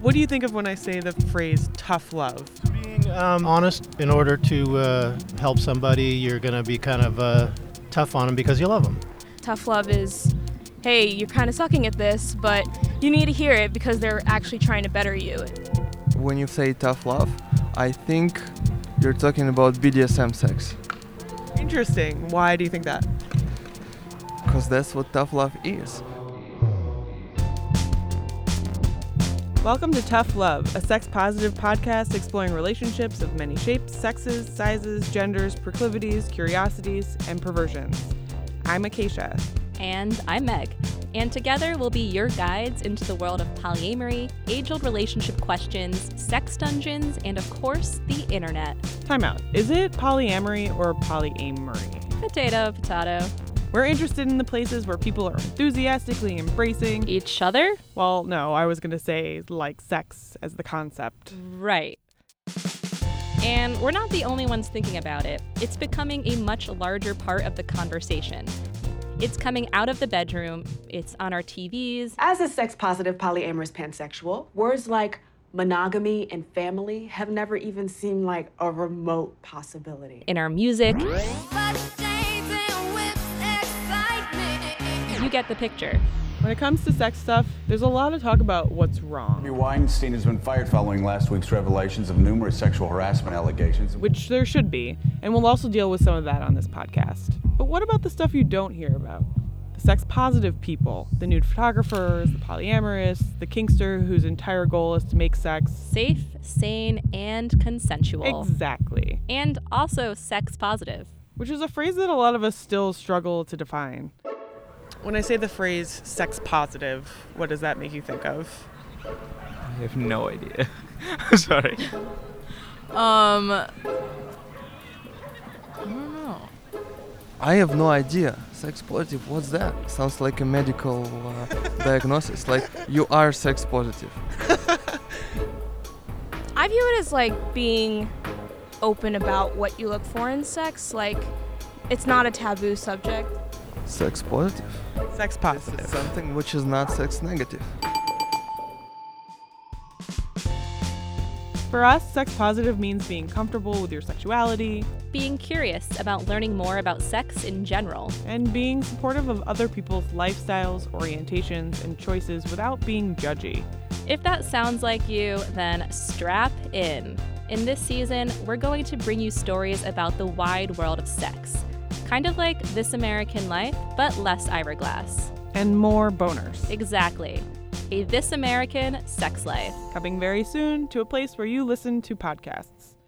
What do you think of when I say the phrase tough love? Being um, honest in order to uh, help somebody, you're going to be kind of uh, tough on them because you love them. Tough love is, hey, you're kind of sucking at this, but you need to hear it because they're actually trying to better you. When you say tough love, I think you're talking about BDSM sex Interesting. Why do you think that? because that's what tough love is. Welcome to Tough Love, a sex positive podcast exploring relationships of many shapes, sexes, sizes, genders, proclivities, curiosities, and perversions. I'm Acacia. And I'm Meg. And together we'll be your guides into the world of polyamory, age old relationship questions, sex dungeons, and of course, the internet. Time out. Is it polyamory or polyamory? Potato, potato. We're interested in the places where people are enthusiastically embracing, Each other? well, no, I was going to say like sex as the concept. Right. And we're not the only ones thinking about it. It's becoming a much larger part of the conversation. It's coming out of the bedroom, it's on our TVs, As a sex positive polyamorous pansexual, words like monogamy and family have never even seemed like a remote possibility. in our music. But dancing whips excitement. You get the picture. When it comes to sex stuff, there's a lot of talk about what's wrong. Harvey Weinstein has been fired following last week's revelations of numerous sexual harassment allegations. which there should be, and we'll also deal with some of that on this podcast. But what about the stuff you don't hear about? The sex positive people, the nude photographers, the polyamorous, the kinkster whose entire goal is to make sex Safe, sane, and consensual. exactly, and also sex positive. which is a phrase that a lot of us still struggle to define. When I say the phrase sex positive, what does that make you think of? I have no idea. I'm sorry. Um, I don't know. I have no idea. Sex positive, what's that? Sounds like a medical uh, diagnosis. Like you are sex positive. I view it as like being open about what you look for in sex. Like, it's not a taboo subject. Sex positive. Sex It's positive. something which is not sex negative. For us, sex positive means being comfortable with your sexuality Being curious about learning more about sex in general. and being supportive of other people's lifestyles, orientations, and choices without being judgy. If that sounds like you, then strap in. In this season, we're going to bring you stories about the wide world of sex. Kind of like This American Life, but less Glass. and more boners. Exactly. A This American Sex Life. Coming very soon to a place where you listen to podcasts.